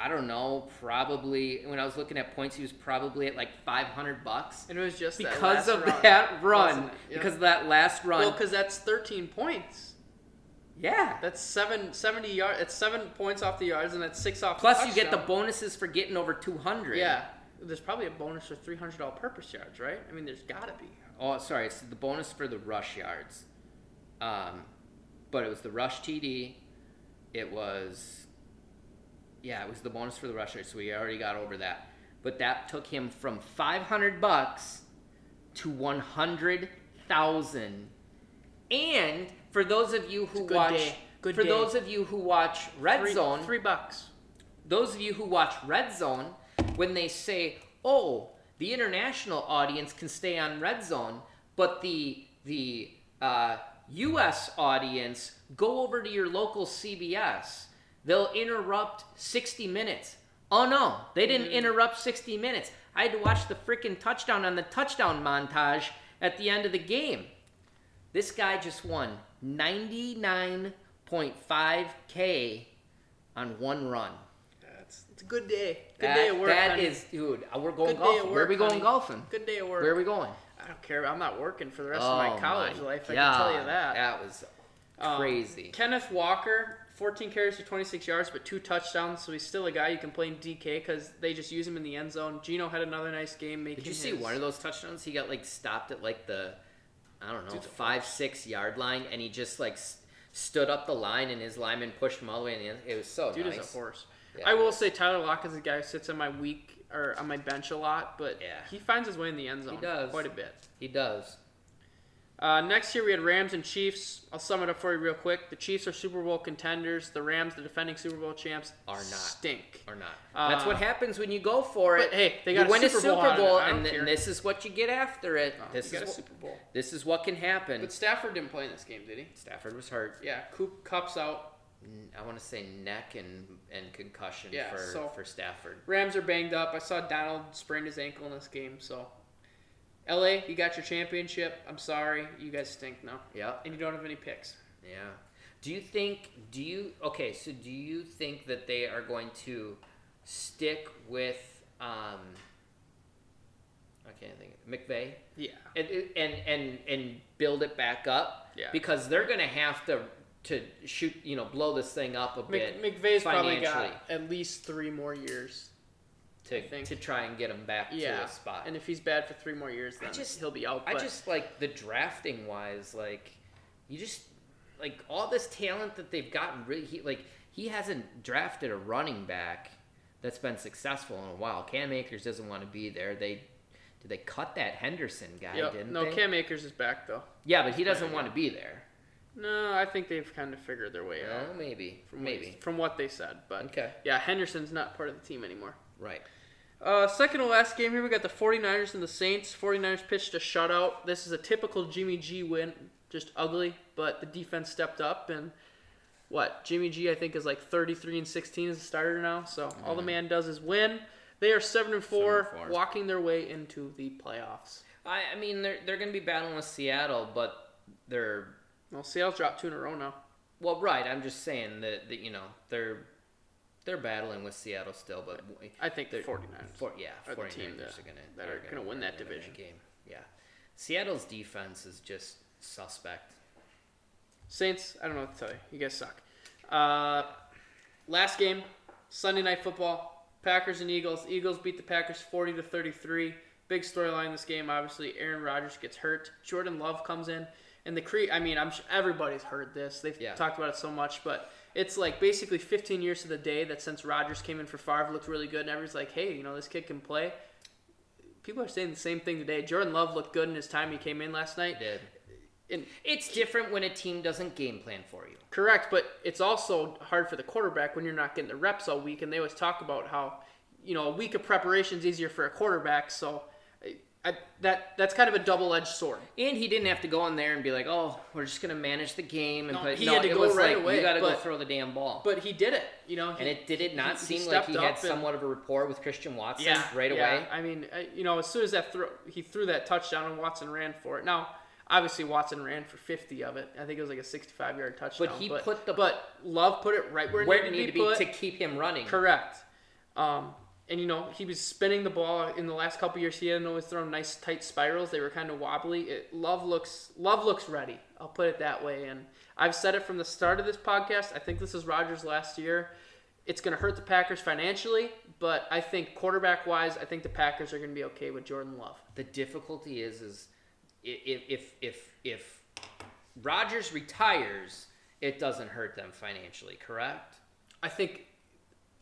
B: I don't know, probably when I was looking at points, he was probably at like five hundred bucks.
A: And it was just that
B: because
A: last
B: of that run,
A: wasn't it? Yep.
B: because of that last run.
A: Well, because that's 13 points.
B: yeah.
A: That's seven, 70 yards. That's seven points off the yards, and that's six off.
B: Plus, you get the
A: touchdown.
B: bonuses for getting over two hundred.
A: Yeah, there's probably a bonus for 300 all-purpose yards, right? I mean, there's gotta be.
B: Oh, sorry. It's the bonus for the rush yards. Um, but it was the rush TD. It was. Yeah, it was the bonus for the rush yards. So we already got over that. But that took him from five hundred bucks to one hundred thousand. And for those of you
A: It's
B: who
A: a good
B: watch,
A: day. Good
B: for
A: day.
B: those of you who watch Red
A: Three-
B: Zone,
A: Three bucks.
B: those of you who watch Red Zone, when they say, "Oh, the international audience can stay on Red Zone, but the the uh, U.S. audience go over to your local CBS. They'll interrupt 60 minutes." Oh no, they didn't interrupt 60 minutes. I had to watch the freaking touchdown on the touchdown montage at the end of the game. This guy just won 99.5k on one run.
A: That's it's a good day. Good
B: That-
A: day at work.
B: that
A: honey.
B: is- dude. uh, We're going
A: Good day
B: golfing.
A: at
B: Where are
A: work,
B: we going
A: honey.
B: golfing?
A: Good day at work.
B: Where are we going?
A: I don't care. I'm not working for the rest
B: oh
A: of my college life. I can tell you
B: God,
A: that.
B: That was
A: Um,
B: crazy.
A: Kenneth Walker, 14 carries for 26 yards, but two touchdowns, so he's still a guy you can play in DK because they just use him in the end zone. Gino had another nice game. Making
B: Did you see
A: his-
B: one of those touchdowns? He got like stopped at like the, I don't know,
A: Dude, the-
B: five six yard line, and he just like s- stood up the line, and his lineman pushed him all the way in. The end. It was so
A: Dude
B: nice.
A: is a horse.
B: Yeah.
A: I will say Tyler Lockett is a guy who sits on my week or on my bench a lot, but
B: Yeah.
A: he finds his way in the end zone
B: does.
A: quite a bit.
B: He does.
A: Uh, next year we had Rams and Chiefs. I'll sum it up for you real quick. The Chiefs are Super Bowl contenders. The Rams, the defending Super Bowl champs,
B: Are not.
A: stink.
B: or not.
A: Uh,
B: That's what happens when you go for it.
A: but hey, they got
B: you
A: a
B: win
A: Super Bowl
B: a Super
A: out of it.
B: Bowl,
A: I don't
B: and, th-
A: care.
B: this is what you get after it.
A: Oh, you
B: this is
A: got a
B: what,
A: Super Bowl.
B: this is what can happen.
A: But Stafford didn't play in this game, did he?
B: Stafford was hurt.
A: Yeah, Coop Cup's out.
B: N- I want to say neck and and concussion
A: Yeah,
B: for
A: so-
B: for Stafford.
A: Rams are banged up. I saw Donald sprained his ankle in this game, so. LA, you got your championship. I'm sorry. You guys stink now.
B: Yep.
A: And you don't have any picks.
B: Yeah. Do you think? Do you okay? So do you think that they are going to stick with? Um, I can't think. McVay.
A: Yeah.
B: and and and and build it back up
A: Yeah.
B: because they're gonna have to to shoot you know blow this thing up a
A: Mc,
B: bit
A: McVay's probably got
B: financially
A: at least three more years. I
B: to,
A: think.
B: to try and get them back
A: Yeah.
B: to a spot
A: And if he's bad for three more years, then
B: just-
A: he'll be out.
B: i
A: but-
B: just like the drafting wise like you just like all this talent that they've gotten really he, like he hasn't drafted a running back that's been successful in a while cam akers doesn't want to be there they did they cut that henderson guy
A: Yep.
B: didn't
A: No,
B: they
A: Cam Akers is back, though.
B: yeah but he doesn't want to be there
A: No, I think they've kind of figured their way out.
B: Oh, maybe
A: From what-
B: maybe
A: From what they said. But
B: Okay.
A: yeah, Henderson's not part of the team anymore.
B: right
A: Uh, second to last game here, we got the 49ers and the Saints. 49ers pitched a shutout. This is a typical Jimmy G win, just ugly, but the defense stepped up and what? Jimmy G I think is like 33 and 16 as a starter now, so all the man does is win. They are 7 and 4,
B: Seven and four.
A: walking their way into the playoffs.
B: I, I mean, they're they're going to be battling with Seattle, but they're
A: Well, Seattle's dropped two in a row now.
B: well, right. I'm just saying that, that you know they're they're battling with Seattle still, but w-
A: I think the
B: They're-
A: 49ers.
B: for, yeah,
A: Are the
B: 49ers
A: team
B: are
A: that-
B: going to
A: that are gonna win that division.
B: game. Yeah, Seattle's defense is just suspect.
A: Saints, I don't know what to tell you. You guys suck. Uh, last game, Sunday night football. Packers and Eagles. Eagles beat the Packers 40 to 33. Big storyline this game, obviously. Aaron Rodgers gets hurt. Jordan Love comes in, and the Cre. I mean, I'm sure everybody's heard this. They've
B: Yeah.
A: talked about it so much, but it's like basically 15 years to the day that since Rodgers came in for Favre, looked really good, and everybody's like, hey, you know, this kid can play. People are saying the same thing today. Jordan Love looked good in his time he came in last night.
B: It did.
A: And
B: It's different when a team doesn't game plan for you.
A: Correct, but it's also hard for the quarterback when you're not getting the reps all week. And they always talk about how you know a week of preparation is easier for a quarterback. So I, that that's kind of a double edged sword.
B: And he didn't have to go in there and be like, "Oh, we're just gonna manage the game." And
A: No,
B: play.
A: he
B: no,
A: had to
B: it
A: go
B: was
A: right
B: like,
A: away,
B: You gotta go
A: but-
B: throw the damn ball.
A: But he did it, you know.
B: and it did it not
A: he- he
B: seem like he
A: stepped
B: had
A: up and-
B: somewhat of a rapport with Christian Watson
A: yeah,
B: right
A: yeah.
B: away.
A: I mean, I- you know, as soon as that throw, he threw that touchdown and Watson ran for it. Now, obviously, Watson ran for 50 of it. I think it was like a 65 yard touchdown.
B: he put the-
A: but Love put it right where it
B: Where it
A: needed
B: needed to be
A: put.
B: to keep him running.
A: Correct. Um, and you know he was spinning the ball in the last couple years. He hadn't always thrown nice tight spirals. They were kind of wobbly. It, Love looks Love looks ready. I'll put it that way. And I've said it from the start of this podcast. I think this is Rogers' last year. It's going to hurt the Packers financially, but I think quarterback wise, I think the Packers are going to be okay with Jordan Love.
B: The difficulty is, is i- if if if if Rodgers retires, it doesn't hurt them financially. Correct.
A: I think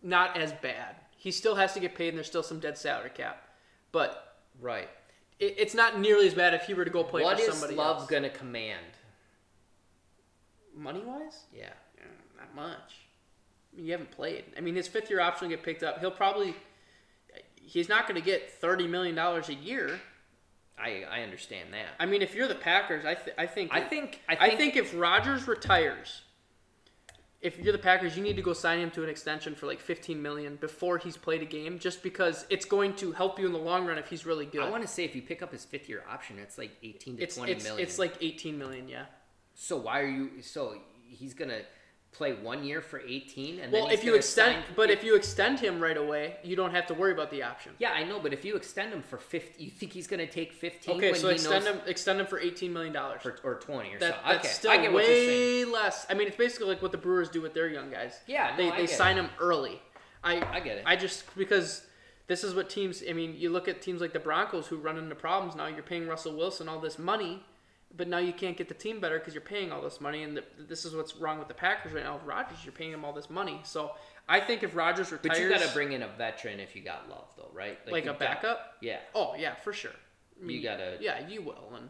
A: not as bad. He still has to get paid, and there's still some dead salary cap, but
B: Right.
A: it, it's not nearly as bad if he were to go play
B: what
A: for
B: is
A: somebody
B: Love
A: else.
B: gonna command?
A: Money wise.
B: Yeah.
A: Mm, Not much. I mean, you haven't played. I mean, his fifth year option will get picked up. He'll probably. He's not going to get thirty million dollars a year.
B: I I understand that.
A: I mean, if you're the Packers, I, th- I think
B: I think I
A: I
B: think,
A: think if Rodgers retires, if you're the Packers, you need to go sign him to an extension for like fifteen million before he's played a game, just because it's going to help you in the long run if he's really good.
B: I want to say if you pick up his fifth year option, it's like eighteen to
A: it's
B: twenty million.
A: it's it's like eighteen million, yeah.
B: So why are you? So he's gonna play one year for eighteen, and
A: Well,
B: then he's
A: if you
B: gonna
A: extend,
B: sign-
A: but if you extend him right away, you don't have to worry about the option.
B: yeah, I know, but if you extend him for fifty, you think he's gonna take fifteen?
A: Okay,
B: when
A: so
B: he
A: extend
B: knows
A: him extend him for eighteen million dollars.
B: for, or twenty or
A: That,
B: so. Okay,
A: that's still
B: I get what you're saying.
A: way less. I mean, it's basically like what the Brewers do with their young guys.
B: Yeah, no,
A: they
B: I
A: they
B: get
A: sign them early. I
B: I get it.
A: I just because this is what teams. I mean, you look at teams like the Broncos who run into problems now. You're paying Russell Wilson all this money, but now you can't get the team better because you're paying all this money. And the, this is what's wrong with the Packers right now. With Rodgers, you're paying him all this money. So I think if Rodgers retires,
B: But you got to bring in a veteran if you got love, though, right?
A: like
B: you
A: a
B: got-
A: backup.
B: Yeah,
A: Oh yeah, for sure. I
B: you gotta.
A: Yeah, you will, and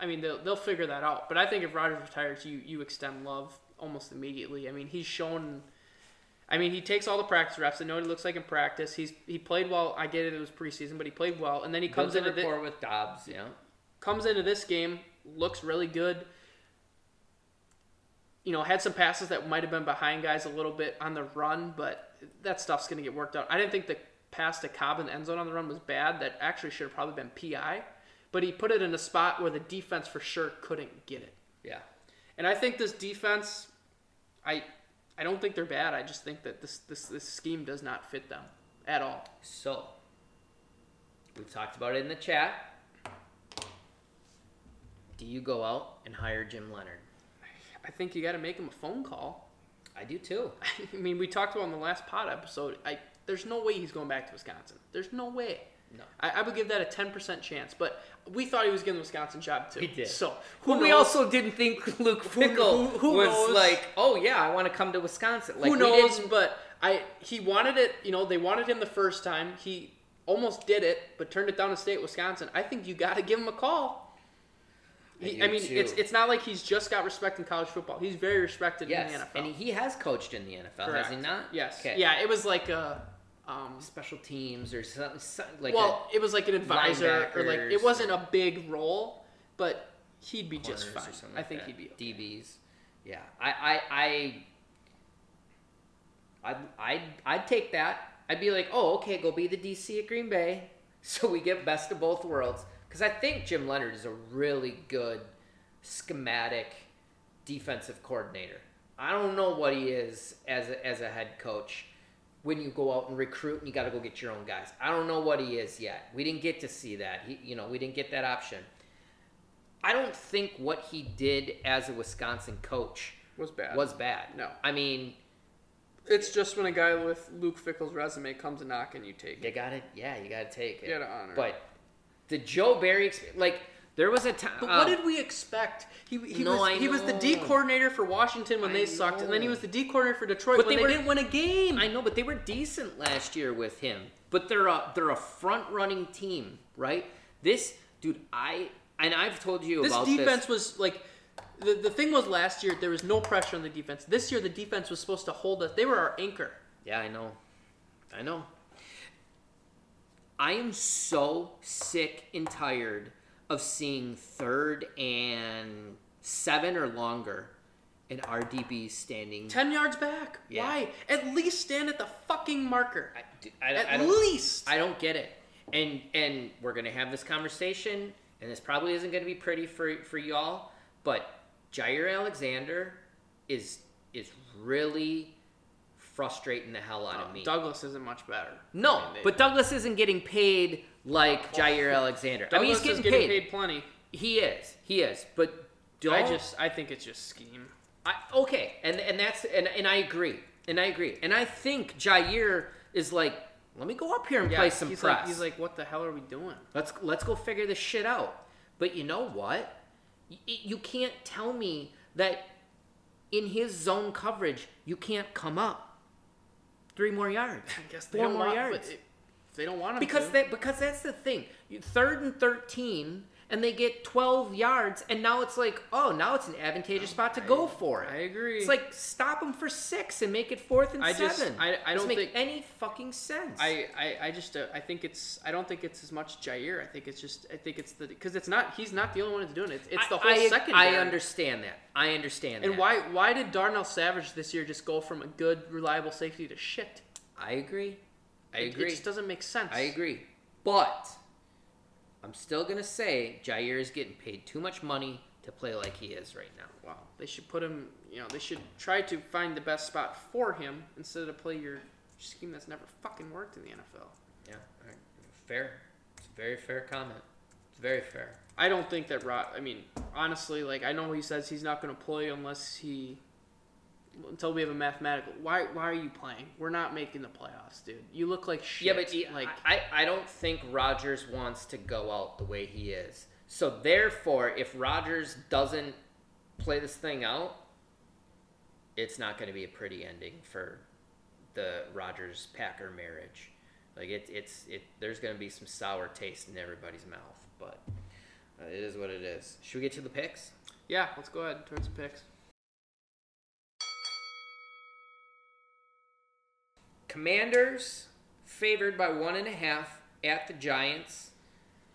A: I mean they'll they'll figure that out. But I think if Rogers retires, you you extend Love almost immediately. I mean he's shown. I mean he takes all the practice reps. I know what he looks like in practice. He's he played well. I get it; it was preseason, but he played well. And then he comes
B: Comes in
A: into thi-
B: rapport with Dobbs, you know.
A: comes into this game, looks really good. You know, had some passes that might have been behind guys a little bit on the run, but that stuff's going to get worked out. I didn't think the pass to Cobb in the end zone on the run was bad. That actually should have probably been PI, but he put it in a spot where the defense for sure couldn't get it.
B: Yeah,
A: And I think this defense, I, I don't think they're bad. I just think that this this, this scheme does not fit them at all.
B: So, we've talked about it in the chat. Do you go out and hire Jim Leonard?
A: I think you got to make him a phone call.
B: I do too.
A: I mean, we talked about in the last pod episode. I there's no way he's going back to Wisconsin. There's no way.
B: No.
A: I, I would give that a ten percent chance. But we thought he was getting the Wisconsin job too.
B: He did.
A: So who
B: But we
A: knows?
B: also didn't think Luke Fickle
A: who- who
B: was
A: knows?
B: like, oh yeah, I want to come to Wisconsin.
A: who
B: Like, we
A: knows?
B: didn't-
A: But I he wanted it. You know, they wanted him the first time. He almost did it, but turned it down to stay at Wisconsin. I think you got to give him a call.
B: I
A: He-
B: do
A: I, mean,
B: too.
A: it's it's not like he's just got respect in college football. He's very respected
B: yes,
A: in the NFL.
B: and he has coached in the NFL, has he
A: Correct.
B: not?
A: Yes.
B: 'Kay.
A: Yeah. It was like a. Um,
B: Special teams or something, like
A: well, it was like an advisor, or like it
B: linebackers
A: wasn't a big role, but he'd be
B: a
A: just fine.
B: corners or something
A: I
B: like
A: think
B: that.
A: he'd be. Okay.
B: DBs. Yeah, I I I. I'd, I'd, I'd take that. I'd be like, oh, okay, go be the DC at Green Bay. So we get best of both worlds. Because I think Jim Leonard is a really good schematic defensive coordinator. I don't know what he is as a, as a head coach when you go out and recruit and you got to go get your own guys. I don't know what he is yet. We didn't get to see that. He, you know, we didn't get that option. I don't think what he did as a Wisconsin coach
A: Was bad.
B: was bad.
A: No.
B: I mean,
A: It's just when a guy with Luke Fickle's resume comes a knock and you take
B: you
A: it.
B: got to Yeah, you got to take it.
A: You gotta honor it.
B: But the Joe Barry exp- like there was a uh, time.
A: But what did we expect? He, he,
B: No,
A: was,
B: I
A: he was the D
B: know.
A: coordinator for Washington when
B: I
A: they sucked, and then he
B: know.
A: was the D coordinator for Detroit
B: But
A: when
B: they
A: they,
B: were-
A: didn't win a game.
B: I know, but they were decent last year with him. But they're a they're a front running team, right? This dude, I and I've told you
A: this
B: about
A: defense
B: This.
A: was like. The, the thing was last year there was no pressure on the defense. This year the defense was supposed to hold us. They were our anchor.
B: Yeah, I know, I know. I am so sick and tired of seeing third and seven or longer and RDB standing.
A: Ten yards back.
B: Hmm. Yeah.
A: Why? At least stand at the fucking marker.
B: I, d- I- I
A: at
B: don't-
A: least.
B: I don't get it. And and we're gonna have this conversation, and this probably isn't gonna be pretty for for y'all, but Jair Alexander is is really frustrating the hell out of me.
A: Douglas isn't much better.
B: no,
A: I mean, they- Oh.
B: but Douglas isn't getting paid like Jair Alexander. I mean,
A: Douglas
B: he's getting,
A: is getting
B: paid.
A: plenty.
B: He is. He is. But don't
A: I just, I think it's just scheme.
B: I, okay, and and that's and, and I agree, and I agree, and I think Jair is like, let me go up here and
A: Yeah,
B: play some
A: he's
B: press.
A: Like, he's like, what the hell are we doing?
B: Let's let's go figure this shit out. But you know what? Y- y- you can't tell me that in his zone coverage you can't come up three more yards.
A: I guess they
B: four
A: don't
B: more
A: want.
B: yards.
A: but it- if they don't want him
B: because
A: to.
B: that because that's the thing. You- Third and thirteen, and they get twelve yards, and now it's like, oh, now it's an advantageous spot to go for it.
A: I agree.
B: It's like stop them for six and make it fourth and
A: I
B: seven.
A: just- I- I don't
B: Doesn't make
A: think-
B: any fucking sense.
A: I, I, I just uh, I think it's I don't think it's as much Jair. I think it's just I think it's the because it's not he's not the only one that's doing it. It's the
B: I-
A: whole
B: I,
A: secondary.
B: I understand that. I understand
A: And
B: that.
A: why why did Darnell Savage this year just go from a good reliable safety to shit?
B: I agree. I
A: It- It
B: agree.
A: just doesn't make sense.
B: I agree. But I'm still gonna say Jair is getting paid too much money to play like he is right now.
A: Wow. They should put him. You know they should try to find the best spot for him instead of play your scheme that's never fucking worked in the NFL.
B: Yeah, all right. fair. It's a very fair comment. It's very fair.
A: I don't think that Rod. I mean, honestly, like I know he says he's not going to play unless he until we have a mathematical. Why? Why are you playing? We're not making the playoffs, dude. You look like shit.
B: Yeah, but he-
A: like
B: I, I don't think Rogers wants to go out the way he is. So therefore, if Rogers doesn't play this thing out, it's not going to be a pretty ending for the Rogers Packer marriage. Like it, it's it. There's going to be some sour taste in everybody's mouth, but uh, it is what it is. Should we get to the picks?
A: yeah, let's go ahead and turn some picks.
B: Commanders favored by one and a half at the Giants.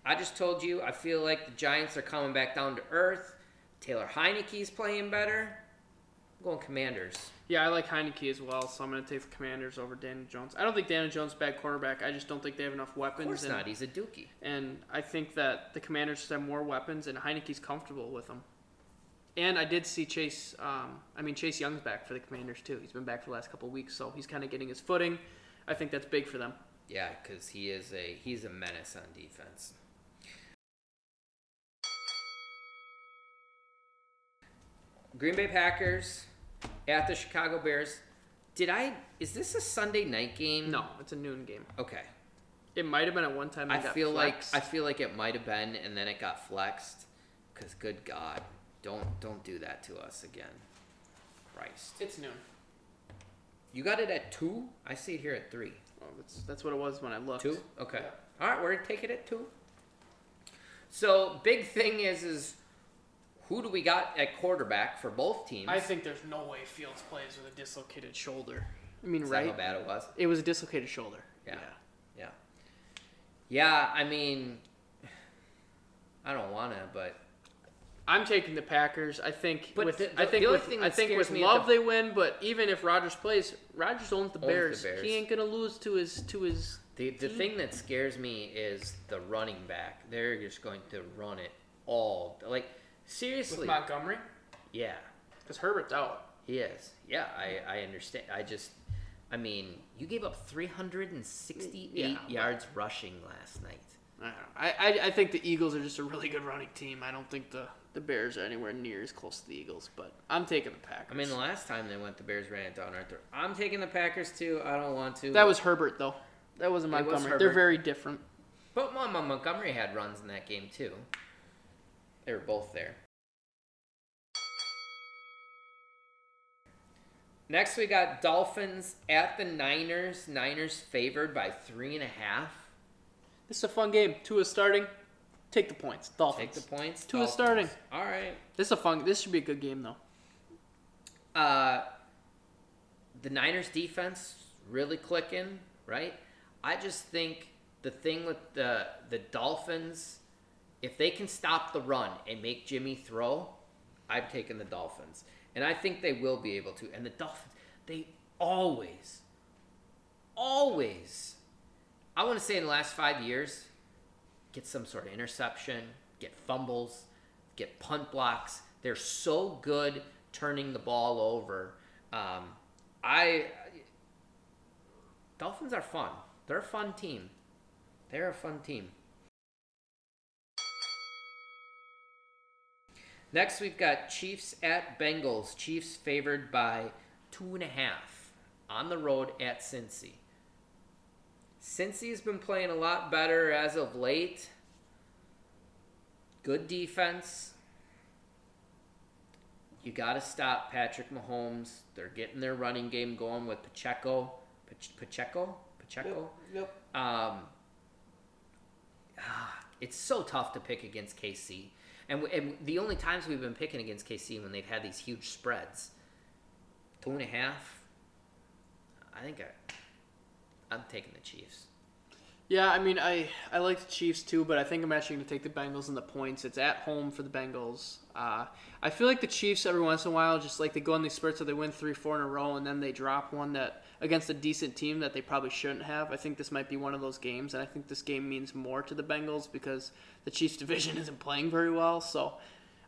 B: I just told you I feel like the Giants are coming back down to earth. Taylor Heineke's playing better. I'm going Commanders.
A: Yeah, I like Heineke as well, so I'm going to take the Commanders over Daniel Jones. I don't think Daniel Jones is a bad cornerback. I just don't think they have enough
B: Of
A: weapons.
B: course
A: and,
B: not. He's a Dookie.
A: and I think that the Commanders have more weapons, and Heineke's comfortable with them. And I did see Chase. Um, I mean, Chase Young's back for the Commanders too. He's been back for the last couple of weeks, so he's kind of getting his footing. I think that's big for them.
B: Yeah, because he is a he's a menace on defense. Green Bay Packers at the Chicago Bears. Did I? Is this a Sunday night game?
A: No, it's a noon game.
B: Okay.
A: It might have been at one time. they
B: I
A: got
B: feel
A: flexed.
B: like I feel like it might have been, and then it got flexed. Cause good God, don't don't do that to us again, Christ!
A: it's noon.
B: You got it at two. I see it here at three.
A: Oh, that's that's what it was when I looked.
B: Two. Okay. All right, we're taking it at two. So big thing is is who do we got at quarterback for both teams?
A: I think there's no way Fields plays with a dislocated shoulder. I mean,
B: Is that
A: right?
B: how bad it was?
A: It was a dislocated shoulder.
B: Yeah. Yeah. Yeah. I mean, I don't wanna, but
A: I'm taking the Packers. I think.
B: But
A: with,
B: the- the-
A: I think
B: the other
A: with,
B: thing
A: I
B: that
A: think
B: scares
A: with
B: me at
A: love
B: the-
A: they win, but even if Rodgers plays, Rodgers owns the
B: the
A: Bears.
B: Bears.
A: He ain't gonna lose to his to his.
B: The, the
A: Mm.
B: thing that scares me is the running back. They're just going to run it all. Like, seriously.
A: Montgomery,
B: yeah,
A: because Herbert's out.
B: he is. Yeah, I, I understand. I just, I mean, you gave up 368
A: Mm, Yeah, but-
B: yards rushing last night.
A: I, don't know. I, I I think the Eagles are just a really good running team. I don't think the the Bears are anywhere near as close to the Eagles, but I'm taking the Packers.
B: I mean, the last time they went, the Bears ran it down right there. I'm taking the Packers too. I don't want to.
A: that was Herbert though. That wasn't
B: It was
A: Montgomery.
B: Herbert.
A: They're very different.
B: But Mama Montgomery had runs in that game too. They were both there. Next, we got Dolphins at the Niners. Niners favored by three and a half.
A: This is a fun game. Two is starting. Take the points. Dolphins.
B: Take the points.
A: Tua's starting.
B: Dolphins. All right.
A: This is a fun. This should be a good game though.
B: Uh, the Niners defense really clicking, right? I just think the thing with the the Dolphins, if they can stop the run and make Jimmy throw, I've taken the Dolphins, and I think they will be able to. And the Dolphins, they always, always, I want to say in the last five years, get some sort of interception, get fumbles, get punt blocks. They're so good turning the ball over. Um, I Dolphins are fun. They're a fun team. They're a fun team. Next, we've got Chiefs at Bengals. Chiefs favored by two and a half on the road at Cincy. Cincy's been playing a lot better as of late. Good defense. You got to stop Patrick Mahomes. They're getting their running game going with Pacheco. Pach- Pacheco? Pacheco?
A: Yep.
B: Um, ah, it's so tough to pick against KC. And, w- and the only times we've been picking against KC when they've had these huge spreads, two and a half. I think I, I'm taking the Chiefs.
A: Yeah, I mean, I I like the Chiefs too, but I think I'm actually going to take the Bengals in the points. It's at home for the Bengals. Uh, I feel like the Chiefs every once in a while just like they go on these spurts where they win three, four in a row, and then they drop one that against a decent team that they probably shouldn't have. I think this might be one of those games, and I think this game means more to the Bengals because the Chiefs division isn't playing very well. So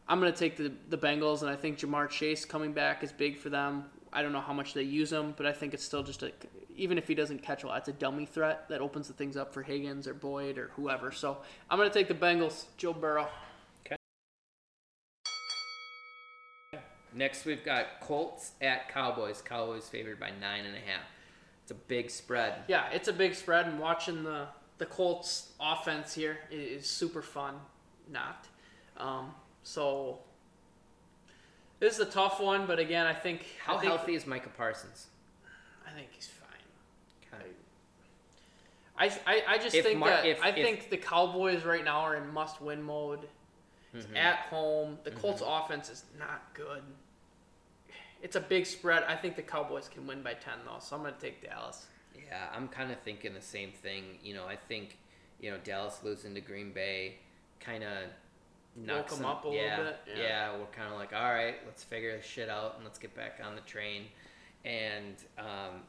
A: I'm going to take the the Bengals, and I think Jamar Chase coming back is big for them. I don't know how much they use him, but I think it's still just a even if he doesn't catch a lot, it's a dummy threat that opens the things up for Higgins or Boyd or whoever. So I'm going to take the Bengals, Joe Burrow.
B: Next, we've got Colts at Cowboys. Cowboys favored by nine and a half. It's a big spread.
A: Yeah, it's a big spread, and watching the the Colts offense here i- is, super fun. Not, um, so this is a tough one, but again, I think
B: How
A: I think,
B: healthy is Micah Parsons?
A: I think he's fine. I, I, I just
B: If
A: think
B: Mar-
A: that
B: if-
A: I
B: if-
A: think the Cowboys right now are in must win mode. It's
B: Mm-hmm.
A: at home. The Colts offense is not good. It's a big spread. I think the Cowboys can win by ten though, so I'm gonna take Dallas.
B: Yeah, I'm kind of thinking the same thing. You know, I think, you know, Dallas losing to Green Bay kind of knocks
A: Woke 'em
B: them
A: up a little
B: yeah,
A: bit, yeah.
B: we're kind of like, all right, let's figure this shit out and let's get back on the train. And um,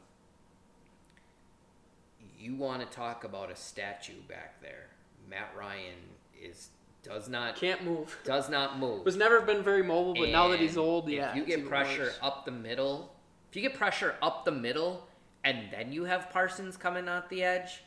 B: you want to talk about a statue back there? Matt Ryan is does not
A: Can't move.
B: does not move.
A: Was never been very mobile, but now that he's
B: And
A: old,
B: if
A: yeah.
B: you
A: it's
B: get
A: even
B: pressure
A: worse.
B: up the middle, if you get pressure up the middle, and then you have Parsons coming out the edge,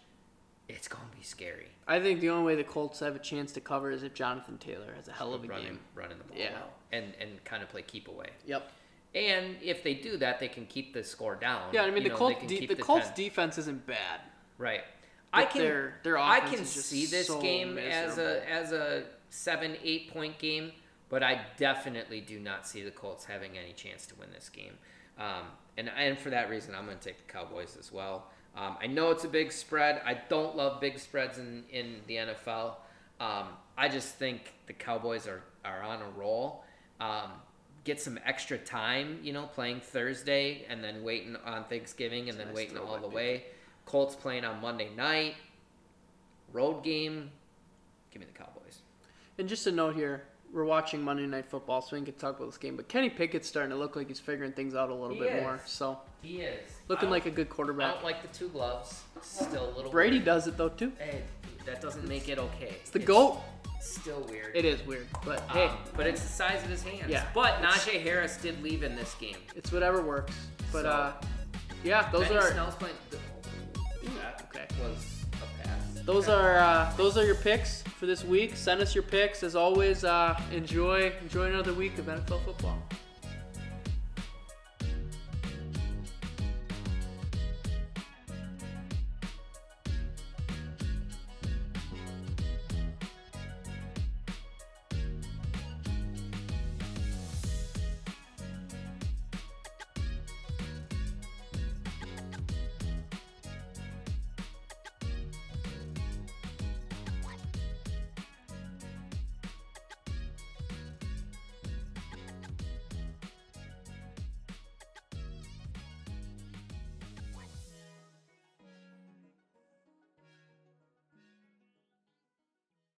B: it's gonna be scary.
A: I think the only way the Colts have a chance to cover is if Jonathan Taylor has a hell of a
B: running,
A: game.
B: running the ball
A: Yeah.
B: well and and kind of play keep away.
A: Yep.
B: And if they do that, they can keep the score down.
A: Yeah, I mean
B: You
A: the
B: know, they
A: Colts
B: can
A: de-
B: keep
A: the, Colts
B: ten-
A: defense isn't bad.
B: right. I
A: but
B: can
A: their- their
B: I
A: offense
B: can
A: is just
B: see this
A: so
B: game as
A: miserable.
B: a as a seven eight point game, but I definitely do not see the Colts having any chance to win this game. Um, and and for that reason, I'm going to take the Cowboys as well. Um, I know it's a big spread. I don't love big spreads in in the NFL. Um, I just think the Cowboys are are on a roll. Um, get some extra time, you know, playing Thursday and then waiting on Thanksgiving and then
A: nice
B: waiting all
A: throwback
B: the
A: pick.
B: way. Colts playing on Monday night road game. Give me the Cowboys.
A: And just a note here, we're watching Monday Night Football, so we can talk about this game. But Kenny Pickett's starting to look like he's figuring things out a little
B: He
A: bit
B: is.
A: more. So
B: He is
A: looking
B: I
A: like
B: don't-
A: a good
B: I
A: quarterback.
B: don't like the two gloves. It's Still a little
A: Brady
B: Weird.
A: does it though too.
B: Hey, that doesn't make it okay. It's
A: the goat.
B: Still weird.
A: It is weird, but
B: Um,
A: hey,
B: but it's the size of his hands.
A: Yeah.
B: But
A: It's-
B: Najee Harris did leave in this game.
A: it's whatever works. But
B: So-
A: uh, yeah, those
B: Benny
A: are
B: Snell's playing. That
A: okay.
B: was a pass.
A: Those are uh, those are your picks for this week. Send us your picks as always. Uh, enjoy enjoy another week of NFL football.